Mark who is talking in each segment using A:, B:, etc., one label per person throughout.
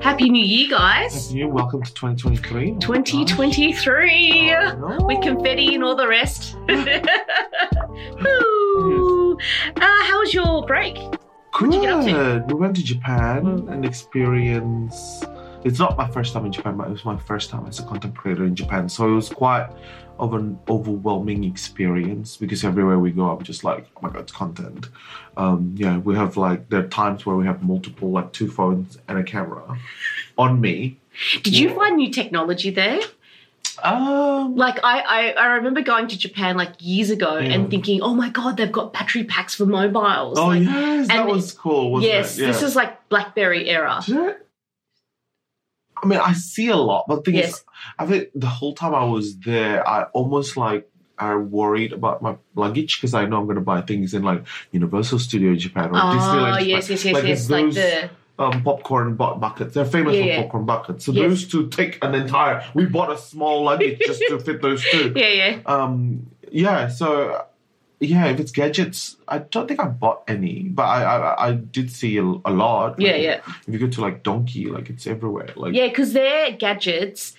A: Happy New Year, guys.
B: Happy New Year. Welcome to 2023. Oh, gosh.
A: 2023
B: I know.
A: with confetti and all the rest. Woo. uh, how was your break?
B: Good.
A: you get up to?
B: We went to Japan
A: Mm.
B: and experienced. It's not my first time in Japan, but it was my first time as a content creator in Japan. So it was quite of an overwhelming experience because everywhere we go, I'm just like, oh my god, it's content. Um, yeah, we have like there are times where we have multiple, like two phones and a camera on me.
A: Did you
B: Yeah.
A: find new technology there?
B: Um,
A: Like I, I, I remember going to Japan like years ago
B: Yeah.
A: and thinking, oh my god, they've got battery packs for mobiles.
B: oh
A: Like,
B: yes, that
A: and-
B: was cool. Wasn't
A: yes,
B: it? Yeah. Oh,
A: this is like BlackBerry era.
B: Did I- I mean, I see a lot, but the thing
A: Yes.
B: is, I think the whole time I was there, I almost like I worried about my luggage because I know I'm going to buy things in like Universal Studio Japan or Disneyland.
A: Oh
B: Japan.
A: yes, yes, yes,
B: Like,
A: yes.
B: it's
A: Like
B: those-
A: the
B: Um, popcorn bu- buckets. They're famous
A: Yeah,
B: for
A: yeah.
B: popcorn buckets. So
A: Yes.
B: those two take an entire. We bought a small luggage just to fit those two.
A: yeah, yeah.
B: Um, yeah. So yeah, if it's gadgets, I don't think I bought any, but I I, I did see a, a lot.
A: Yeah,
B: Like,
A: yeah.
B: If you go to like Donkey, like it's everywhere. Like
A: Yeah, because their gadgets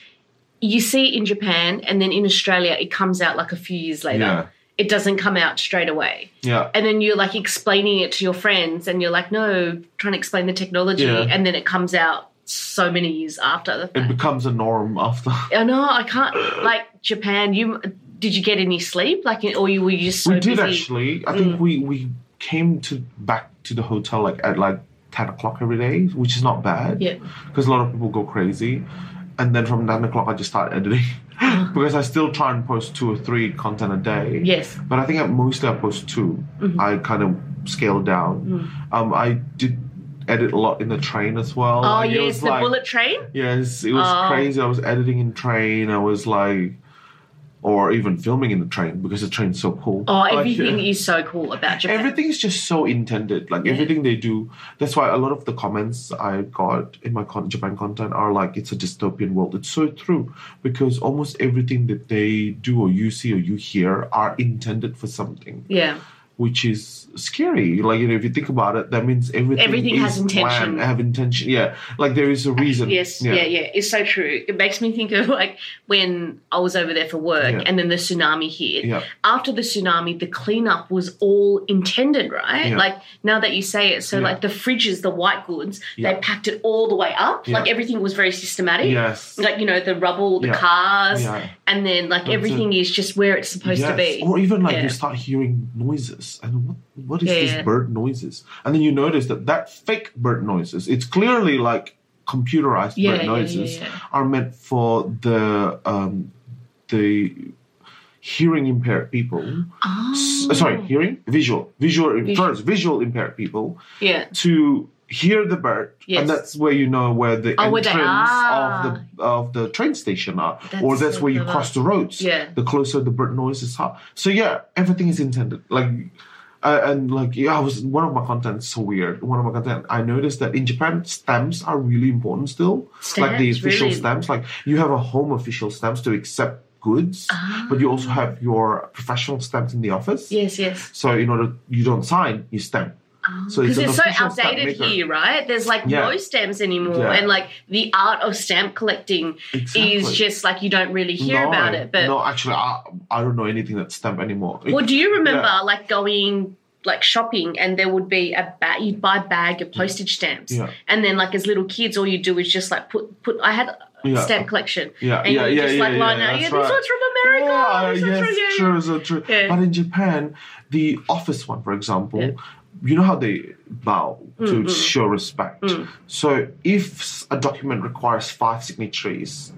A: you see in Japan and then in Australia it comes out like a few years later.
B: Yeah.
A: It doesn't come out straight away.
B: Yeah.
A: And then you're like explaining it to your friends and you're like, no, trying to explain the technology
B: Yeah.
A: and then it comes out so many years after the
B: It
A: fact.
B: becomes a norm after.
A: I know, I can't like Japan, you did you get any sleep? Like or you were you just so Mm.
B: we did
A: busy?
B: actually. I think we we came to back to the hotel like at like ten o'clock every day, which is not bad.
A: Yeah.
B: Because a lot of people go crazy, and then from nine o'clock I just start editing because I still try and post two or three content a day.
A: Yes.
B: But I think at mostly I post 2
A: Mm-hmm.
B: I kind of scale down.
A: Mm.
B: Um, I did edit a lot in the train as well.
A: Oh
B: Like, it
A: yes,
B: was
A: the
B: like-
A: bullet train.
B: Yes, it was
A: Oh.
B: crazy. I was editing in train. I was like, or even filming in the train because the train's so cool.
A: Oh,
B: Like,
A: everything
B: yeah.
A: is so cool about Japan.
B: Everything is just so intended. Like everything they do. That's why a lot of the comments I got in my con- Japan content are like, "It's a dystopian world." It's so true because almost everything that they do or you see or you hear are intended for something
A: Yeah.
B: which is scary. Like you know, if you think about it, that means everything
A: Everything
B: is
A: has intention.
B: planned, have intention. Yeah, like there is a reason.
A: Yes, yeah. yeah, It's so true. It makes me think of like when I was over there for work
B: Yeah.
A: and then the tsunami hit.
B: Yeah.
A: After the tsunami, the cleanup was all intended, right?
B: Yeah.
A: Like now that you say it, so
B: Yeah.
A: like the fridges, the white goods,
B: Yeah.
A: they packed it all the way up.
B: Yeah.
A: Like everything was very systematic.
B: Yes.
A: Like, you know, the rubble, the
B: Yeah.
A: cars,
B: Yeah.
A: and then like
B: That's
A: everything is just where it's supposed to
B: Yes.
A: be.
B: Or even like
A: Yeah.
B: you start hearing noises and what what is
A: Yeah,
B: this
A: yeah.
B: bird noises? And then you notice that that fake bird noises, it's clearly like computerized
A: Yeah,
B: bird
A: yeah, yeah,
B: noises
A: yeah.
B: are meant for the um the hearing impaired people. S-
A: Oh.
B: Sorry, hearing visual visual
A: Visual.
B: sorry, visual impaired people
A: Yeah.
B: to hear the bird,
A: Yes.
B: and that's where you know where the
A: Oh, where
B: entrance
A: they
B: of the of the train station are, or
A: That's
B: that's
A: so
B: where you
A: clever.
B: cross the roads.
A: Yeah.
B: the closer the bird noises are. So yeah, everything is intended. Like, uh, and like yeah, I was one of my contents so weird. One of my content, I noticed that in Japan, stamps are really important still. like the
A: Stamps,
B: official
A: really?
B: stamps, like you have a home official stamps to accept goods,
A: Ah.
B: but you also have your professional stamps in the office.
A: Yes, yes.
B: So in order you don't sign, you stamp. So
A: because
B: an
A: it's, so
B: official stamp
A: outdated
B: maker.
A: here, right? There's like
B: Yeah.
A: no stamps anymore,
B: Yeah.
A: and like the art of stamp collecting
B: Exactly.
A: is just like you don't really hear
B: no,
A: about it. But
B: no, actually, I, I don't know anything that's stamp anymore.
A: well, do you remember
B: Yeah.
A: like going like shopping and there would be a bag you'd buy a bag of postage stamps,
B: Yeah.
A: and then like as little kids, all you do is just like put put. I had a
B: Yeah.
A: stamp collection,
B: Yeah,
A: and
B: yeah,
A: you
B: yeah,
A: just
B: yeah,
A: like
B: yeah,
A: line out.
B: that's
A: Yeah, this
B: right.
A: one's from America.
B: Yeah,
A: this one's
B: yes,
A: from- yeah, yeah.
B: true, so true.
A: Yeah.
B: But in Japan, the office one, for example, you know how they bow
A: Mm,
B: to show respect. So if s- a document requires five signatories,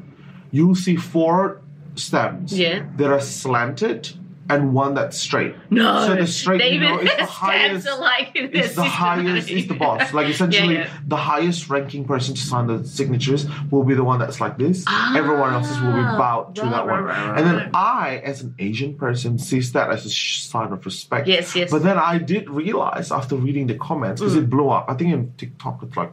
B: you'll see four stamps
A: Yeah.
B: that are slanted and one that's straight.
A: No,
B: so the straight,
A: they
B: you know,
A: even
B: is the
A: stamps
B: highest.
A: are like they're
B: It's the highest,
A: systematic.
B: it's the boss. Like essentially,
A: yeah.
B: the highest ranking person to sign the signatures will be the one that's like this. Everyone else's will be
A: Ah,
B: bowed to
A: right,
B: that
A: right,
B: one.
A: right,
B: and
A: right.
B: then I, as an Asian person, sees that as a sh- sign of respect.
A: Yes, yes. Mm.
B: But then I did realize after reading the comments because it blew up. I think in TikTok it's like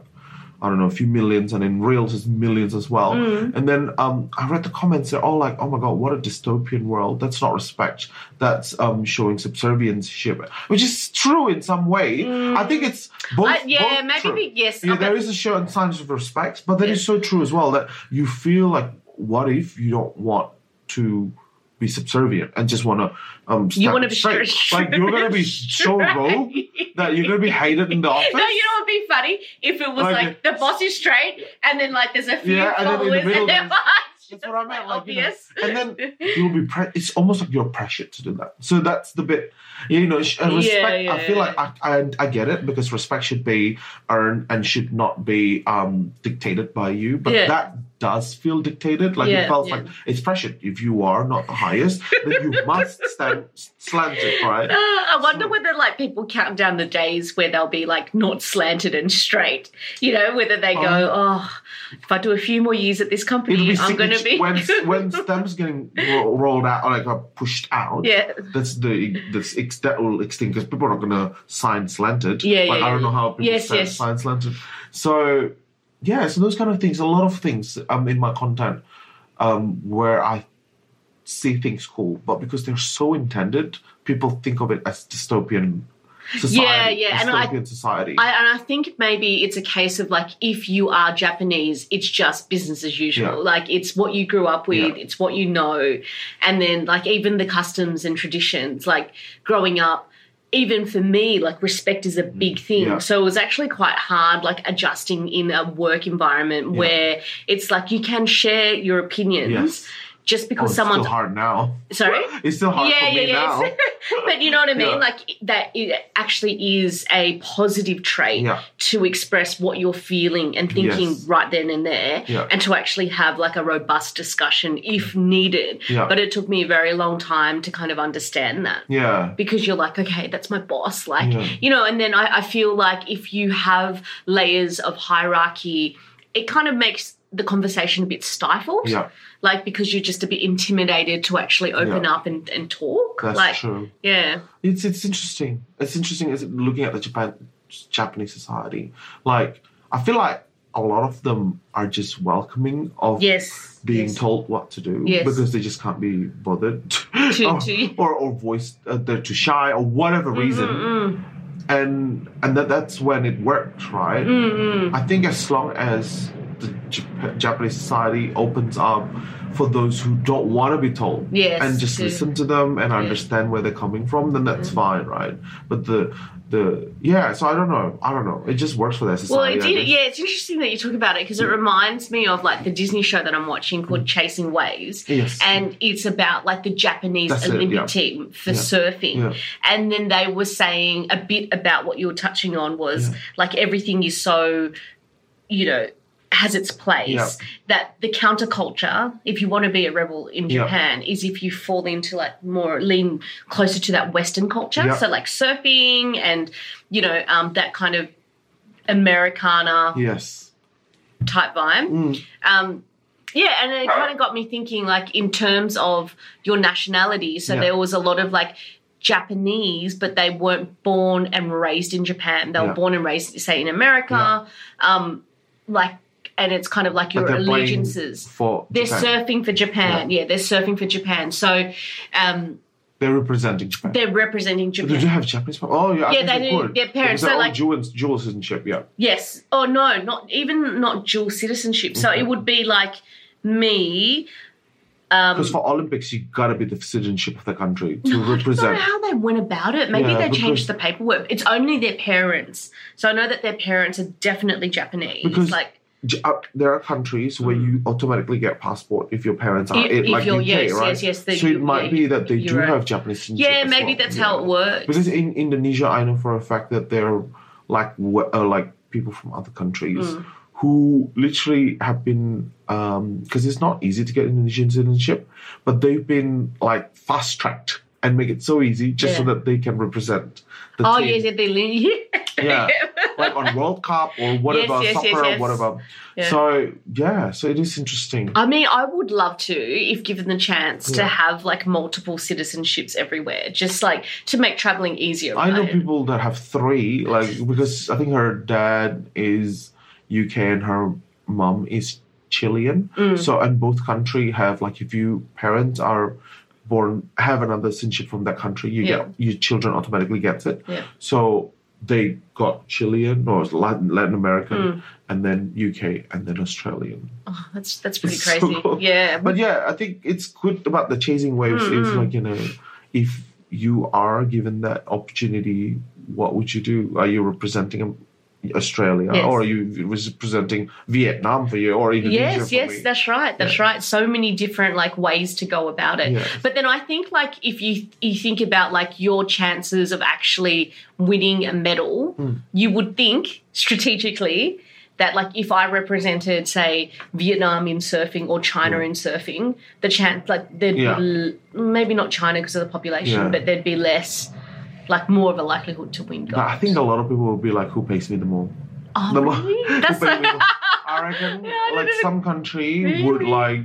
B: I don't know, a few millions, and in Reels is millions as well.
A: Mm.
B: And then um, I read the comments; they're all like, "Oh my god, what a dystopian world! That's not respect. That's um, showing subserviency," which is true in some way. I think it's both.
A: Uh, Mm. yeah,
B: both
A: maybe
B: true.
A: we- yes.
B: Yeah,
A: okay.
B: there is a certain signs of respect, but that is
A: Yeah.
B: so true as well that you feel like, what if you don't want to be subservient and just want to um
A: You
B: stand
A: wanna be
B: straight?
A: sure-
B: like you're gonna be so
A: Right.
B: rogue that you're gonna be hated in the office.
A: No, you know what'd be funny if it was
B: Like,
A: like, the boss is straight, and then like there's a few
B: Yeah, and then in the
A: followers,
B: middle
A: and
B: there's-
A: they're
B: That's what I meant. Like, you know,
A: obvious.
B: and you'll be pre- it's almost like you're pressured to do that so that's the bit you know sh- and respect
A: Yeah,
B: i feel
A: yeah.
B: like I, I i get it because respect should be earned and should not be um dictated by you but
A: Yeah.
B: that does feel dictated like it
A: Yeah,
B: felt
A: yeah.
B: like it's pressured if you are not the highest then you must stand slanted
A: Uh,
B: right
A: I wonder
B: So-
A: whether like people count down the days where they'll be like not slanted and straight. You know, whether they go, oh, if I do a few more years at this
B: Um, It'll
A: company,
B: be
A: I'm going to
B: signature-
A: be
B: when when stem's getting ro- rolled out or like uh, pushed out.
A: yeah.
B: that's the that's ex- that will extinct because people are not going to sign slanted.
A: Yeah, yeah,
B: Like, I
A: yeah.
B: don't know how people
A: Yes,
B: sign,
A: yes.
B: sign slanted. So yeah, so those kind of things. A lot of things um in my content um where I see things cool, but because they're so intended, people think of it as dystopian society.
A: yeah, and I-
B: dystopian society.
A: I, and I think maybe it's a case of like if you are Japanese, it's just business as usual.
B: Yeah.
A: Like it's what you grew up with,
B: Yeah.
A: it's what you know, and then like even the customs and traditions, like growing up. Even for me, like respect is a big thing.
B: Mm. Yeah.
A: So it was actually quite hard, like adjusting in a work environment
B: Yeah.
A: where it's like you can share your opinions
B: yes,
A: just
B: oh,
A: because
B: it's still
A: someone's
B: hard now.
A: sorry.
B: It's still hard
A: Yeah,
B: for
A: yeah,
B: me
A: yeah,
B: now.
A: it's- but you know what I mean?
B: Yeah.
A: Like that it actually is a positive trait
B: Yeah.
A: to express what you're feeling and thinking
B: Yes.
A: right then and there
B: Yeah.
A: and to actually have like a robust discussion if needed.
B: Yeah.
A: But it took me a very long time to kind of understand that
B: yeah,
A: because you're like, okay, that's my boss. Like,
B: Yeah.
A: you know, and then I, I feel like if you have layers of hierarchy, it kind of makes the conversation a bit stifled.
B: yeah,
A: Like because you're just a bit intimidated to actually open
B: Yeah.
A: up and, and talk.
B: that's
A: like
B: true.
A: yeah.
B: It's it's interesting. It's interesting is looking at the Japan Japanese society. Like I feel like a lot of them are just welcoming of
A: Yes.
B: being
A: yes.
B: told what to do
A: Yes.
B: because they just can't be bothered
A: To-
B: or,
A: to-
B: or or voice uh, they're too shy or whatever reason.
A: Mm,
B: And and that that's when it worked, right?
A: mm, mm,
B: I think as long as the Jap- Japanese society opens up for those who don't want to be told,
A: Yes,
B: and just
A: to-
B: listen to them and
A: Yeah. Mm-hmm.
B: understand where they're coming from, then that's fine, right? But the the yeah, so I don't know, I don't know. It just works for their
A: Well,
B: society.
A: it
B: I
A: did,
B: guess.
A: yeah, it's interesting that you talk about it because it reminds me of like the Disney show that I'm watching called
B: Mm.
A: Chasing Waves.
B: Yes.
A: and it's about like the Japanese
B: That's it,
A: Olympic
B: yeah.
A: team for
B: Yeah.
A: surfing.
B: Yeah.
A: And then they were saying a bit about what you were touching on was
B: Yeah.
A: like everything is so, you know, has its place.
B: Yeah.
A: That the counterculture, if you want to be a rebel in
B: Yeah.
A: Japan, is if you fall into like more lean closer to that Western culture.
B: Yeah.
A: So like surfing and you know um, that kind of Americana
B: yes.
A: type vibe
B: Mm,
A: um, yeah, and it kind of got me thinking, like in terms of your nationality. So
B: Yeah.
A: there was a lot of like Japanese, but they weren't born and raised in Japan. They
B: Yeah.
A: were born and raised, say, in America. Um, like, and it's kind of like
B: but
A: your
B: they're playing
A: allegiances.
B: for
A: They're
B: Japan.
A: surfing for Japan. Yeah. they're surfing for Japan. So um,
B: they're representing Japan.
A: they're representing
B: do you
A: Japan.
B: have Japanese? Oh yeah, I
A: Yeah,
B: think
A: they
B: they
A: do.
B: could.
A: Their parents-
B: Because they're
A: so,
B: all
A: like-
B: dual, dual citizenship. Yeah,
A: Yes. Oh no, not even not dual citizenship. So
B: Okay.
A: it would be like me. Um,
B: because for Olympics you gotta be the citizenship of the country to
A: I don't
B: represent.
A: know how they went about it. Maybe
B: Yeah,
A: they
B: because-
A: changed the paperwork. It's only their parents. So I know that their parents are definitely Japanese.
B: Because-
A: like
B: J- uh, there are countries where you automatically get passport if your parents are
A: Mm. If-
B: in,
A: if
B: like
A: you're-
B: UK,
A: yes,
B: right?
A: yes, yes, they-
B: so it
A: yeah,
B: might be that they do
A: you're right.
B: have Japanese citizenship.
A: Yeah,
B: as
A: maybe
B: well,
A: that's
B: yeah.
A: how it works.
B: Because in Indonesia, I know for a fact that there are like wh- uh, like people from other countries
A: Mm.
B: who literally have been because it's not easy to get Indonesian citizenship, but they've been like fast tracked and make it so easy just so
A: Yeah.
B: that they can represent. The
A: Oh
B: team.
A: yes, yeah, they
B: Yeah. like on World Cup or whatever,
A: yes, yes,
B: soccer
A: yes.
B: or whatever.
A: Yeah.
B: So yeah, so it is interesting.
A: I mean, I would love to, if given the chance, to
B: Yeah.
A: have like multiple citizenships everywhere, just like to make traveling easier.
B: I know
A: right?
B: people that have three, like because I think her dad is UK and her mum is Chilean.
A: Mm.
B: So, and both country have like if you parents are born have another citizenship from that country, you
A: Yeah.
B: get your children automatically gets it.
A: Yeah.
B: So they got Chilean or Latin, Latin American,
A: Mm.
B: and then UK, and then Australian.
A: Oh, that's that's pretty
B: It's so
A: crazy.
B: cool.
A: Yeah.
B: But yeah, I think it's good about the chasing waves. Is
A: Mm-hmm.
B: like you know, if you are given that opportunity, what would you do? Are you representing Australia,
A: Yes.
B: or are you representing Vietnam for you, or Indonesia?
A: Yes,
B: for
A: yes,
B: me?
A: that's right. That's right. So many different like ways to go about it.
B: Yeah.
A: But then I think like if you you think about like your chances of actually winning a medal,
B: Hmm.
A: you would think strategically that like if I represented say Vietnam in surfing or China in surfing, the chance like there'd
B: Hmm. Yeah.
A: be l- maybe not China because of the population,
B: Yeah.
A: but there'd be less like more of a likelihood to win gold.
B: But I think a lot of people will be like, "Who pays me the more?"
A: oh,
B: the more-
A: really? That's
B: Who pays me the
A: so,
B: more? I reckon,
A: Yeah, I don't
B: like
A: know.
B: some country would
A: Really?
B: like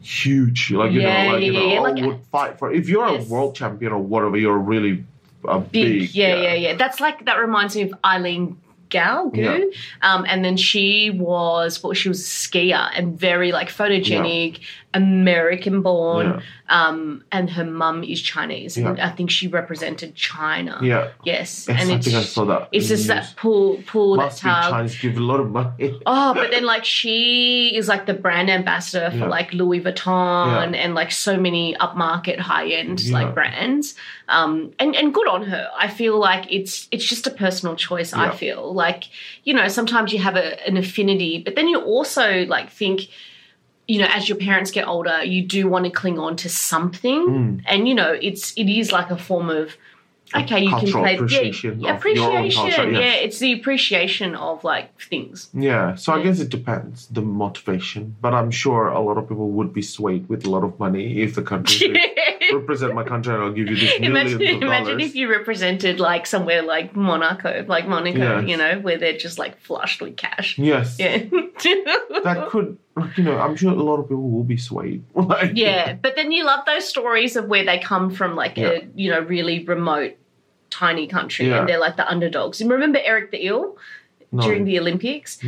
B: huge, like you
A: Yeah,
B: know, like you
A: yeah,
B: know,
A: yeah,
B: oh,
A: like-
B: would fight for. If you're
A: Yes.
B: a world champion or whatever, you're really a big,
A: big. Yeah, yeah, yeah, That's like that reminds me of Eileen Gal, Gu.
B: Yeah.
A: Um, and then she was well, she was a skier and very like photogenic, American born.
B: Yeah.
A: Um, and her mum is Chinese. And I think she represented China.
B: Yeah.
A: Yes.
B: Yes,
A: and
B: I
A: it's
B: think I saw that.
A: it's
B: in
A: just
B: the
A: that
B: news.
A: pull pull
B: Must be
A: that tug.
B: Chinese give a lot of money.
A: Oh, but then like she is like the brand ambassador for
B: Yeah.
A: like Louis Vuitton
B: Yeah.
A: and like so many upmarket high end
B: Yeah.
A: like brands. Um and, and good on her. I feel like it's it's just a personal choice, I
B: Yeah.
A: feel. Like, you know, sometimes you have a, an affinity, but then you also like think you know, as your parents get older, you do want to cling on to something,
B: Mm.
A: and you know, it's it is like a form of okay, you can
B: cultural
A: play
B: appreciation
A: yeah,
B: of your own culture,
A: appreciation,
B: yes.
A: yeah, it's the appreciation of like things.
B: Yeah, so I
A: Yeah.
B: guess it depends the motivation, but I'm sure a lot of people would be swayed with a lot of money if the country said, represent my country and I'll give you this millions
A: imagine,
B: of dollars.
A: imagine if you represented like somewhere like Monaco, like Monaco,
B: Yes.
A: you know, where they're just like flushed with cash.
B: yes,
A: Yeah.
B: that could, like, you know, I'm sure a lot of people will be swayed. like,
A: yeah. But then you love those stories of where they come from, like
B: Yeah.
A: a, you know, really remote, tiny country
B: Yeah.
A: and they're like the underdogs. And remember Eric the Eel
B: no,
A: during the Olympics?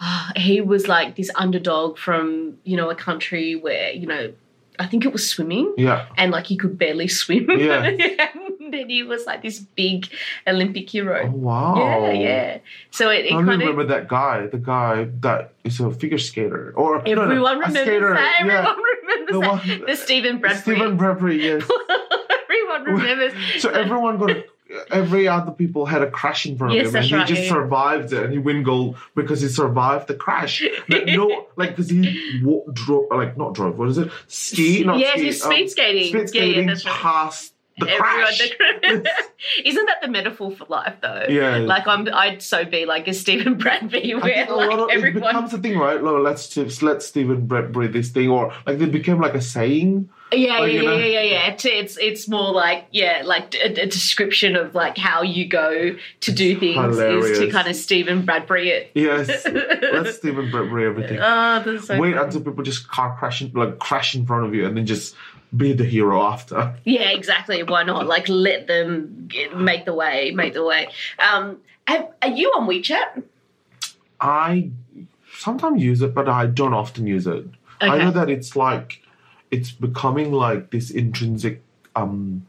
A: Ah,
B: no.
A: he was like this underdog from, you know, a country where, you know, I think it was swimming.
B: Yeah,
A: and like he could barely swim.
B: Yeah.
A: and then he was like this big Olympic
B: oh,
A: hero.
B: wow.
A: Yeah, yeah. So it, it
B: I only
A: kind of
B: remember that guy, the guy that is a figure skater, or no, no,
A: everyone
B: a
A: remembers
B: skater,
A: that.
B: yeah.
A: Everyone remembers
B: The
A: that.
B: one-
A: the Stephen Bradbury.
B: Stephen Bradbury, yes.
A: everyone remembers.
B: So everyone got a, every other people had a crash in front of
A: Yes,
B: him, and
A: that's
B: he
A: right,
B: just
A: yeah.
B: survived it, and he win gold because he survived the crash. That no, like because he wa- drove, like not drove. What is it? Ski? Not
A: yeah,
B: ski,
A: he's
B: um,
A: speed skating.
B: speed
A: yeah, yeah,
B: skating
A: that's right.
B: past the
A: Everyone,
B: crash.
A: the Isn't that the metaphor for life, though?
B: Yeah.
A: Like I'm, I'd so be like a Stephen Bradbury,
B: I
A: where
B: think a
A: like
B: lot of, it
A: everyone
B: becomes a thing, right? No, let's just let Stephen Bradbury this thing, or like they became like a saying.
A: Yeah,
B: Like,
A: yeah,
B: you know?
A: yeah, yeah, yeah. It's, it's it's more like yeah, like a, a description of like how you go to do things is to
B: hilarious.
A: kind of Stephen Bradbury it.
B: Yes, let's Stephen Bradbury everything.
A: Oh, that's so
B: Wait
A: funny.
B: until people just car crash in, like crash in front of you, and then just be the hero after.
A: Yeah, exactly. Why not? Like let them get, make the way, make the way. Um, have, are you on WeChat?
B: I sometimes use it, but I don't often use it. I
A: Okay.
B: know that it's like it's becoming like this intrinsic um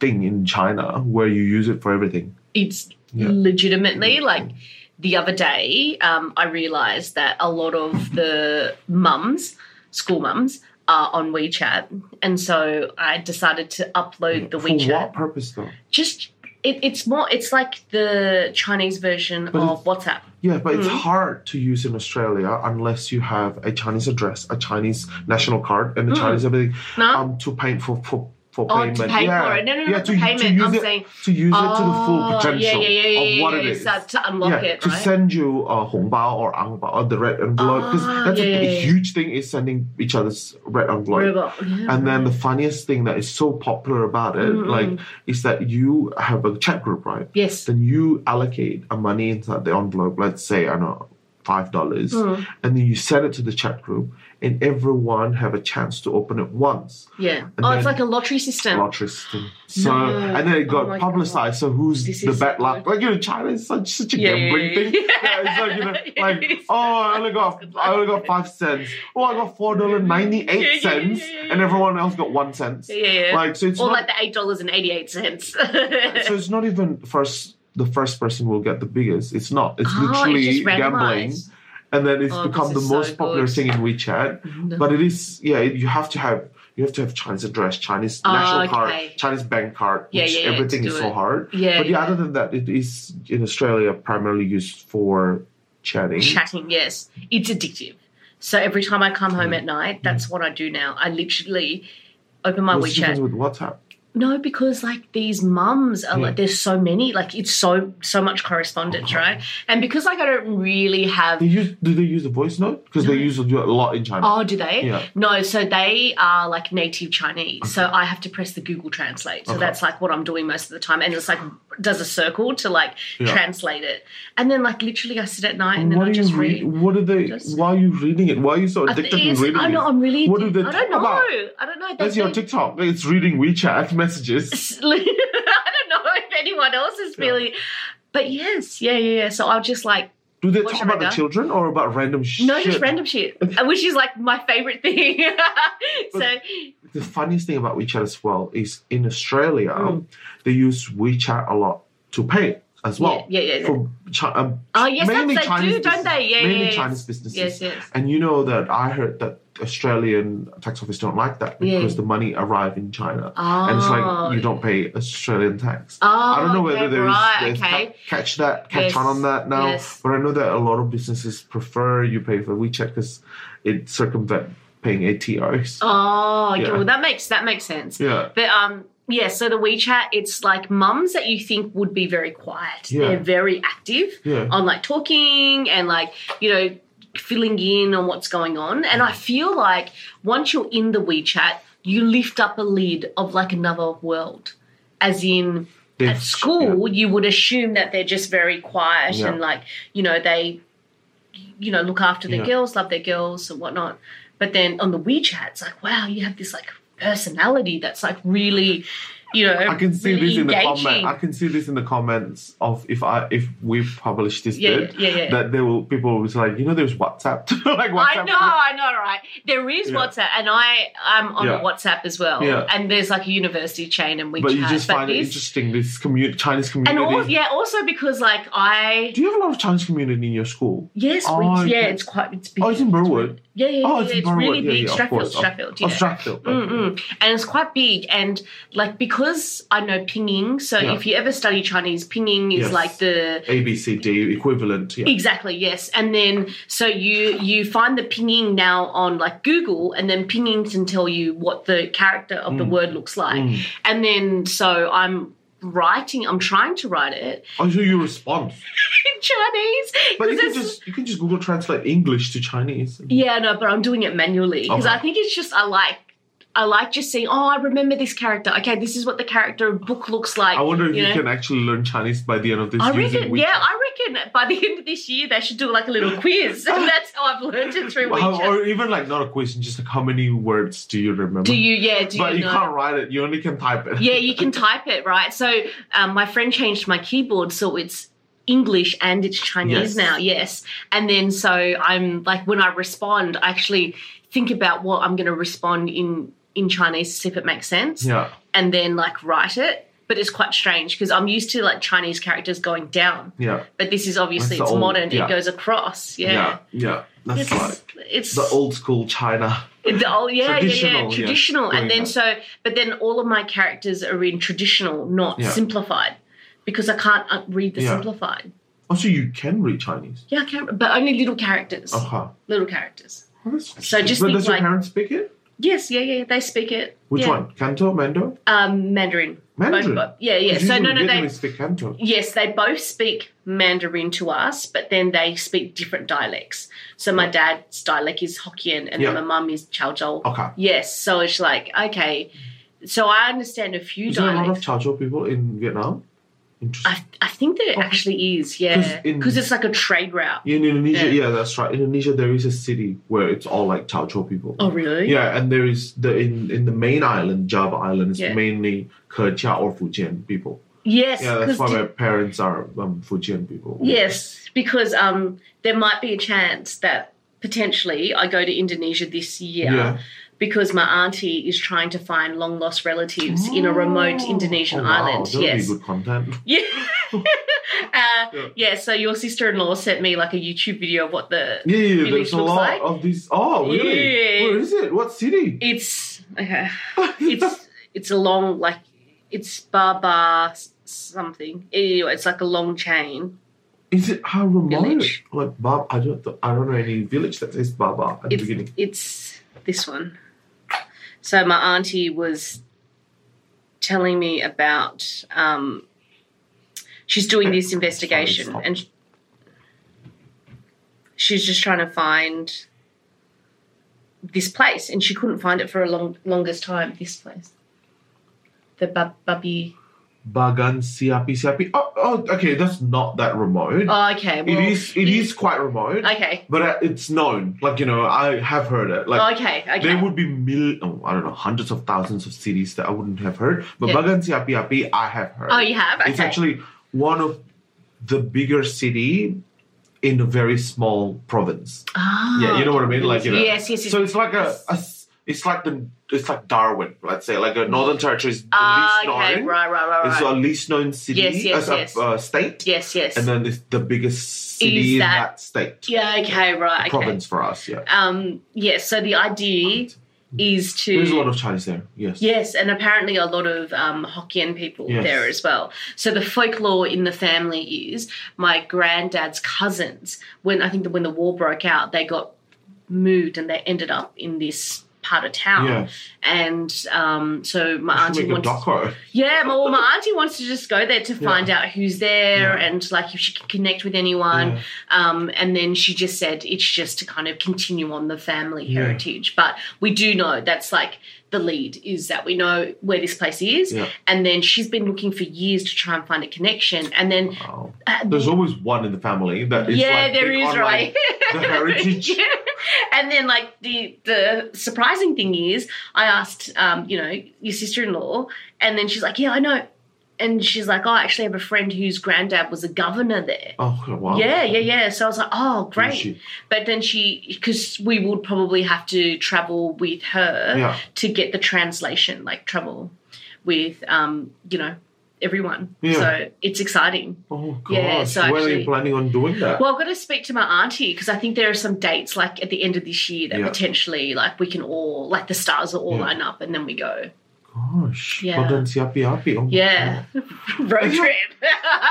B: thing in China where you use it for everything.
A: It's
B: Yeah.
A: legitimately like the other day, um, I realized that a lot of the mums, school mums, are on WeChat, and so I decided to upload the
B: for
A: WeChat.
B: what purpose though?
A: just it, it's more it's like the chinese version
B: But
A: of whatsapp
B: Yeah, but it's
A: Mhm.
B: hard to use in Australia unless you have a Chinese address, a Chinese national card, and a
A: Mm.
B: Chinese everything
A: no
B: um to pay for for, for
A: Oh,
B: payment.
A: to pay
B: yeah.
A: for it. No, no, no,
B: yeah,
A: not
B: to,
A: to
B: to
A: payment.
B: use
A: I'm
B: it,
A: saying-
B: to use it to the full
A: Oh,
B: potential
A: yeah, yeah, yeah, yeah,
B: of what
A: yeah,
B: it
A: yeah.
B: is.
A: So to unlock it,
B: to
A: right?
B: send you a hongbao or angbao or the red envelope because
A: Ah,
B: that's
A: yeah,
B: a,
A: yeah,
B: a
A: yeah.
B: huge thing is sending each other's red envelope.
A: Robot. Yeah.
B: And then the funniest thing that is so popular about it,
A: Mm,
B: like, is that you have a chat group, right?
A: yes
B: Then you allocate a money inside the envelope. Let's say I don't know five dollars,
A: Mm. Hmm,
B: and then you send it to the chat group, and everyone have a chance to open it once.
A: Yeah.
B: And
A: oh, it's
B: then-
A: like a lottery system.
B: Lottery system. So
A: No.
B: and then it
A: Oh
B: got
A: my
B: publicized. So who's
A: This
B: the
A: is
B: bad
A: so
B: luck? Like you know, China is such such a
A: Yeah, yeah,
B: gambling
A: yeah,
B: thing.
A: yeah.
B: Yeah, it's like you know, like oh, I only got
A: Good luck.
B: I only got five cents. Oh, I got four dollar ninety eight
A: Yeah, yeah, yeah,
B: cents,
A: yeah, yeah.
B: and everyone else got one cent.
A: Yeah, yeah, yeah.
B: Like so, it's
A: or
B: not
A: like the eight dollars and eighty eight cents.
B: so it's not even first the first person will get the biggest. It's not. It's literally gambling, and then it's
A: Oh,
B: become the
A: this is so
B: most popular
A: good.
B: thing in WeChat.
A: Mm-hmm.
B: But it is yeah. it- You have to have you have to have Chinese address, Chinese
A: Oh,
B: national
A: okay.
B: card, Chinese bank card.
A: Yeah,
B: which
A: yeah, yeah, to
B: everything is
A: do
B: so
A: it.
B: hard.
A: Yeah,
B: but yeah,
A: yeah.
B: other than that, it is in Australia primarily used for chatting.
A: chatting, yes, it's addictive. So every time I come
B: Mm-hmm.
A: home at night, that's what I do now. I literally open my
B: What's the difference
A: WeChat.
B: with WhatsApp?
A: No, because like these mums are
B: Yeah.
A: like, there's so many, like it's so so much
B: Oh,
A: correspondence, right? And because like I don't really have.
B: They use do they use the voice note? Because they use it a lot in China.
A: Oh, do they?
B: Yeah.
A: No, so they are like native Chinese. So I have to press the Google Translate. So
B: Okay.
A: that's like what I'm doing most of the time. And it's like does a circle to like
B: Yeah.
A: translate it. And then like literally I sit at night and then
B: what
A: I
B: are
A: just
B: you
A: read.
B: read? What are they?
A: Just-
B: why are you reading it? Why are you so
A: I
B: addicted
A: think
B: in
A: it's-
B: reading
A: I
B: it?
A: know I'm really
B: What do
A: addicted.
B: they
A: I don't know.
B: talk about?
A: I don't know. They
B: That's your
A: think-
B: TikTok. It's reading WeChat messages.
A: I don't know if anyone else is
B: Yeah.
A: really but yes, yeah, yeah, yeah. So I'll just like
B: Do they
A: What
B: talk
A: should I
B: about the
A: do?
B: children or about random shit?
A: no, just random shit, which is like my favorite thing. so
B: The funniest thing about WeChat as well is in Australia,
A: Mm.
B: they use WeChat a lot to pay as well.
A: yeah, yeah, yeah.
B: For Chi- um,
A: Oh, yes, that's-
B: mainly
A: they do,
B: Chinese
A: don't
B: business-
A: they? Yeah, yeah,
B: mainly
A: yes.
B: Chinese businesses.
A: yes, yes.
B: And you know that I heard that Australian tax office don't like that
A: Yeah.
B: because the money arrive in China. and it's
A: Oh.
B: like you don't pay Australian tax.
A: Oh,
B: I don't know whether
A: okay,
B: there is
A: right,
B: there's
A: okay.
B: ca- catch that catch
A: Yes,
B: on on that now,
A: yes.
B: but I know that a lot of businesses prefer you pay for WeChat because it circumvent paying ATOs.
A: Oh, yeah.
B: Yeah.
A: well, that makes that makes sense.
B: Yeah,
A: But um, yeah. So the WeChat, it's like mums that you think would be very quiet.
B: Yeah.
A: They're very active
B: yeah.
A: on like talking and like you know filling in on what's going on. And I feel like once you're in the WeChat, you lift up a lid of like another world, as in
B: They've-
A: at school you would assume that they're just very quiet
B: Yeah.
A: and like you know they you know look after their
B: Yeah.
A: girls love their girls and whatnot but then on the wechat it's like wow you have this like personality that's like really you know
B: I can see
A: really
B: this in the
A: engaging.
B: comment. I can see this in the comments of if I if we publish this
A: Yeah,
B: bit,
A: yeah, yeah, yeah.
B: that there will people will be like, you know, there's WhatsApp, like WhatsApp.
A: I know, I know, right? There is
B: Yeah.
A: WhatsApp, and I I'm on
B: Yeah.
A: a WhatsApp as well.
B: Yeah.
A: And there's like a university chain, and we
B: But
A: chat.
B: you just find it
A: this-
B: interesting this commu- Chinese community.
A: and all, yeah, also because like I
B: Do you have a lot of Chinese community in your school?
A: yes, we,
B: Oh,
A: yeah,
B: okay.
A: it's quite it's big.
B: Oh, it's in Burwood.
A: Yeah, yeah,
B: Oh,
A: yeah,
B: it's
A: yeah,
B: in
A: it's
B: Burwood.
A: really
B: yeah,
A: big.
B: yeah, of
A: Strathfield,
B: course.
A: Strathfield,
B: Oh,
A: yeah. Mm,
B: Strathfield. okay.
A: Mm-mm. And it's quite big, and like because I know pinging, so
B: Yeah.
A: if you ever study Chinese, pinging is
B: Yes.
A: like the
B: A B C D equivalent. Yeah.
A: exactly yes. And then so you you find the pinging now on like Google, and then pinging can tell you what the character of the word looks like,
B: Mm.
A: and then so I'm writing, I'm trying to write it
B: Oh, so you respond,
A: in Chinese,
B: but
A: 'cause
B: you can
A: it's-
B: just you can just Google translate English to Chinese.
A: Yeah, no, but I'm doing it manually because
B: Okay.
A: I think it's just I like I like just seeing. Oh, I remember this character. Okay, this is what the character of book looks like.
B: I wonder if you,
A: know?
B: can actually learn Chinese by the end of this.
A: I
B: using
A: reckon,
B: WeChat.
A: yeah, I reckon by the end of this year they should do like a little quiz. and that's how I've learned it through
B: How-
A: WeChat.
B: or even like not a question, just like how many words do you remember?
A: do you? Yeah, do
B: but
A: you
B: you
A: know?
B: can't write it. You only can type it.
A: yeah, you can type it right. So um, my friend changed my keyboard, so it's English and it's Chinese
B: Yes.
A: now. Yes, and then so I'm like when I respond, I actually think about what I'm going to respond in in Chinese to see if it makes sense.
B: Yeah.
A: and then like write it. But it's quite strange because I'm used to like Chinese characters going down,
B: Yeah.
A: but this is obviously it's
B: That's the old-
A: modern.
B: yeah.
A: It goes across. Yeah.
B: Yeah. Yeah. That's
A: It's,
B: like
A: it's
B: the old school China.
A: the old- yeah, yeah, yeah,
B: traditional, yeah,
A: traditional.
B: going
A: and then
B: back.
A: so, but then all of my characters are in traditional, not
B: Yeah.
A: simplified, because I can't uh, read the
B: Yeah.
A: simplified.
B: Also, you can read Chinese.
A: Yeah, I can't, but only little characters,
B: Uh huh.
A: little characters. So
B: So
A: just
B: but
A: think
B: does your
A: like-
B: parents speak it?
A: Yes, yeah, yeah, they speak it.
B: Which
A: Yeah.
B: one? Canto, Mando?
A: Um, Mandarin. Both-
B: Mandarin?
A: both- yeah, yeah.
B: Because
A: So no,
B: usually
A: no, they
B: Vietnamese speak Canto.
A: Yes, they both speak Mandarin to us, but then they speak different dialects. So my dad's dialect is Hokkien, and then
B: Yeah. Oh.
A: my mum is Chaozhou.
B: Okay.
A: Yes, so it's like okay. So I understand a few
B: Is there a lot of
A: dialects.
B: Chaozhou people in Vietnam? Interesting.
A: I, I think there actually is, yeah,
B: Oh. 'Cause in-
A: because it's like a trade route.
B: In Indonesia,
A: Yeah.
B: yeah. that's right. In Indonesia, there is a city where it's all like Tao Chau people.
A: Oh, really?
B: Yeah, and there is the in, in the main island, Java Island, it's
A: Yeah.
B: mainly Kerja or Fujian people.
A: Yes,
B: Yeah,
A: 'cause
B: that's why
A: di-
B: my parents are um, Fujian people.
A: Yes, because um, there might be a chance that potentially I go to Indonesia this year
B: Yeah.
A: because my auntie is trying to find long lost relatives in a remote Indonesian
B: Oh, wow,
A: island.
B: that would
A: yes.
B: be good content.
A: Yeah. uh,
B: Yeah.
A: yeah. so your sister in law sent me like a YouTube video of what the.
B: Yeah, yeah,
A: Image
B: there's a
A: looks
B: lot
A: like?
B: of these. Oh, really?
A: Yeah.
B: Where is it? What city?
A: It's. Okay. It's, it's a long, like, it's Baba s- something. Anyway, it's like a long chain.
B: Is it how remote?
A: Village.
B: Like Bab, I don't, th- I don't know any village that says Baba at the
A: it's,
B: beginning.
A: It's this one. So my auntie was telling me about um, she's doing this investigation
B: Sorry,
A: and she's just trying to find this place and she couldn't find it for a long longest time. This place, the Bab- Babi.
B: Bagan Siapi Siapi. Oh, oh, okay, that's not that remote.
A: Oh, okay. Well,
B: it is, It is
A: you-
B: quite remote,
A: Okay.
B: but uh, it's known. Like you know, I have heard it. Like
A: okay. Okay.
B: There would be mil, oh, I don't know, hundreds of thousands of cities that I wouldn't have heard, but
A: Yeah.
B: Bagan Siapi Api, I have heard.
A: oh, you have. Okay.
B: It's actually one of the bigger city in a very small province.
A: Ah,
B: yeah, you know what I mean. Like you know,
A: Yes. Yes. yes.
B: So it's like a, a s- it's like the, it's like Darwin, let's say, like a Northern Territory is the
A: Ah,
B: least
A: okay.
B: known.
A: Right. Right. Right.
B: It's
A: right.
B: the least known city
A: Yes, yes,
B: as a
A: yes.
B: uh, state,
A: Yes, yes.
B: and then it's the biggest city
A: Is
B: in
A: that-
B: that state,
A: yeah, okay, right. Okay.
B: province for us. Yeah,
A: Um, yeah, so the idea is to
B: there's a lot of Chinese there. Yes.
A: Yes, and apparently a lot of um, Hokkien people
B: Yes.
A: there as well. So the folklore in the family is my granddad's cousins. When I think that when the war broke out, they got moved and they ended up in this part of town.
B: Yeah.
A: And um, so my
B: Should
A: auntie
B: make
A: wants.
B: a doco.
A: Yeah, my, well, my auntie wants to just go there to find out who's there
B: Yeah.
A: and like if she can connect with anyone.
B: Yeah.
A: Um, and then she just said it's just to kind of continue on the family
B: Yeah.
A: heritage. But we do know that's like the lead is that we know where this place is.
B: Yeah.
A: And then she's been looking for years to try and find a connection. And then,
B: Wow.
A: uh,
B: There's always one in the family that is
A: yeah,
B: like
A: there
B: big
A: is,
B: on,
A: right?
B: like, the heritage.
A: Yeah. And then, like the the surprising thing is, I asked, um, you know, your sister in law, and then she's like, "Yeah, I know," and she's like, "Oh, I actually have a friend whose granddad was a governor there."
B: Oh wow.
A: Yeah, yeah, yeah. So I was like, "Oh, great!"
B: She-
A: But then she, because we would probably have to travel with her
B: Yeah.
A: to get the translation, like travel with, um, you know, everyone.
B: Yeah.
A: So it's exciting.
B: Oh gosh.
A: Yeah, so
B: When are
A: actually-
B: you planning on doing that?
A: Well, I've got to speak to my auntie because I think there are some dates like at the end of this year that
B: Yeah.
A: potentially like we can all like the stars will all
B: Yeah.
A: line up and then we go.
B: Gosh.
A: Yeah.
B: Bagan Siapi Api. Oh my God.
A: Yeah. Road trip.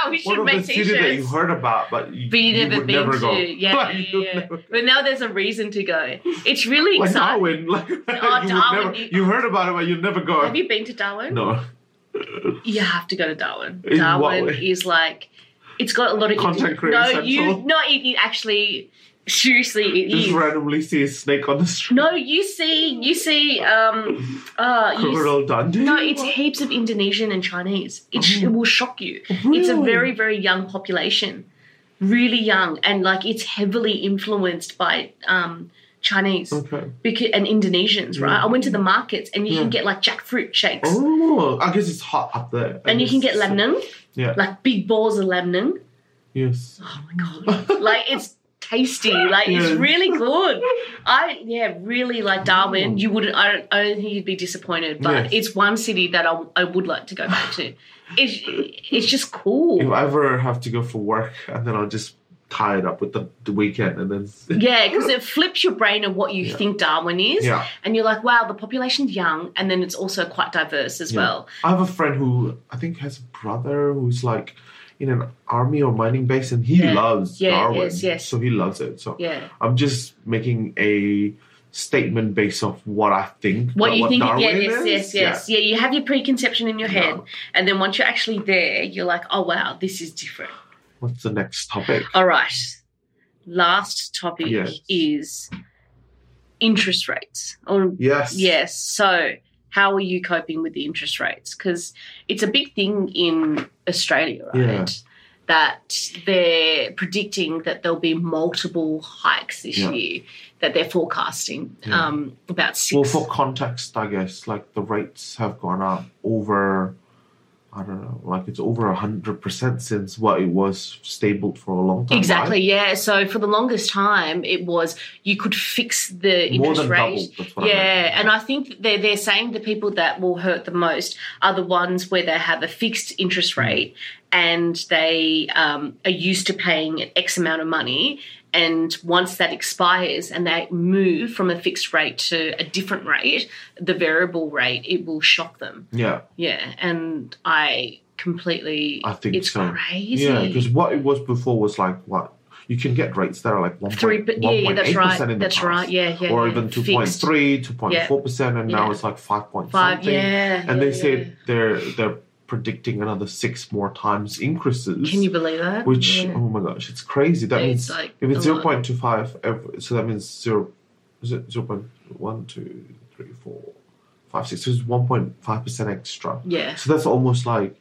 A: we should
B: one of
A: make
B: the cities that you
A: t-shirts.
B: heard about, but you,
A: But you never
B: would
A: been
B: never
A: to.
B: go.
A: Yeah,
B: Like,
A: yeah,
B: you'd
A: yeah.
B: never-
A: But now there's a reason to go. It's really
B: like
A: exciting.
B: Darwin, like you, would
A: Oh, Darwin,
B: never,
A: you-
B: you heard about it, but you never go.
A: Have you been to Darwin?
B: no,
A: You have to go to Darwin.
B: In what
A: Darwin
B: way?
A: is like it's got a lot of
B: Content
A: No,
B: creator
A: you
B: central.
A: no, it, it actually seriously it
B: just
A: is.
B: randomly see a snake on the street.
A: No, you see, you see, um, uh, you s-
B: Crocodile Dundee.
A: No, it's heaps of Indonesian and Chinese. It, sh-
B: Oh.
A: it will shock you. It's a very, very young population, really young, and like it's heavily influenced by um, Chinese
B: okay.
A: because, and Indonesians, right? I went to the markets and you can
B: Mm. Yeah.
A: get like jackfruit shakes.
B: Oh, I guess it's hot up there. I
A: And you can
B: guess
A: get
B: so.
A: lemnung,
B: Yeah.
A: like big balls of lemnung.
B: Yes.
A: Oh my god! like it's tasty. Like
B: Yeah.
A: it's really good. I yeah, really like Darwin.
B: Mm.
A: You wouldn't. I don't. I don't think you'd be disappointed. But
B: Yes.
A: it's one city that I, I would like to go back to. It's it's just cool.
B: If I ever have to go for work, and then I'll just tie it up with the, the weekend, and then
A: Yeah, because it flips your brain of what you
B: Yeah.
A: think Darwin is,
B: yeah.
A: and you're like, wow, the population's young, and then it's also quite diverse as
B: Yeah.
A: well.
B: I have a friend who I think has a brother who's like in an army or mining base, and he
A: Yeah.
B: loves
A: Yeah,
B: Darwin.
A: yes, yes.
B: So he loves it. So
A: Yeah,
B: I'm just making a statement based off what I think.
A: what
B: about
A: you think?
B: Darwin
A: yeah, yes,
B: is.
A: yes, yes. Yeah. you have your preconception in your
B: Yeah.
A: head, and then once you're actually there, you're like, oh wow, this is different.
B: What's the next topic?
A: All right. Last topic
B: Yes.
A: is interest rates. Or
B: Yes.
A: yes, so how are you coping with the interest rates? Because it's a big thing in Australia, right?
B: Yeah.
A: That they're predicting that there'll be multiple hikes this
B: Yeah.
A: year, that they're forecasting
B: Yeah.
A: um, about six.
B: Well, for context, I guess like the rates have gone up over, I don't know, like it's over hundred percent since what it was stabled for a long time.
A: Exactly,
B: right?
A: yeah. So for the longest time, it was you could fix the
B: More
A: interest
B: than
A: rate.
B: double. That's what I
A: Yeah,
B: meant.
A: and I think that they're they're saying the people that will hurt the most are the ones where they have a fixed interest
B: Mm.
A: rate and they um, are used to paying X amount of money. And once that expires and they move from a fixed rate to a different rate, the variable rate, it will shock them.
B: yeah,
A: Yeah, and I completely.
B: I think
A: it's
B: so.
A: crazy.
B: yeah, because what it was before was like what you can get rates that are like one
A: Three, but yeah, yeah, that's right.
B: percent in the
A: That's
B: past,
A: right. Yeah, yeah.
B: or
A: yeah.
B: even two
A: Fixed.
B: point three, two point four percent, and now
A: Yeah.
B: it's like five point
A: Five.
B: something.
A: Yeah.
B: and
A: yeah,
B: they
A: yeah.
B: said they're they're predicting another six more times increases.
A: Can you believe that?
B: Which
A: Yeah.
B: oh my gosh, it's crazy. That
A: Yeah,
B: means
A: it's like
B: if it's
A: a
B: zero
A: lot.
B: point two five, so that means zero, is it zero point one two three four five six? So it's one point five percent extra.
A: Yeah.
B: So that's almost like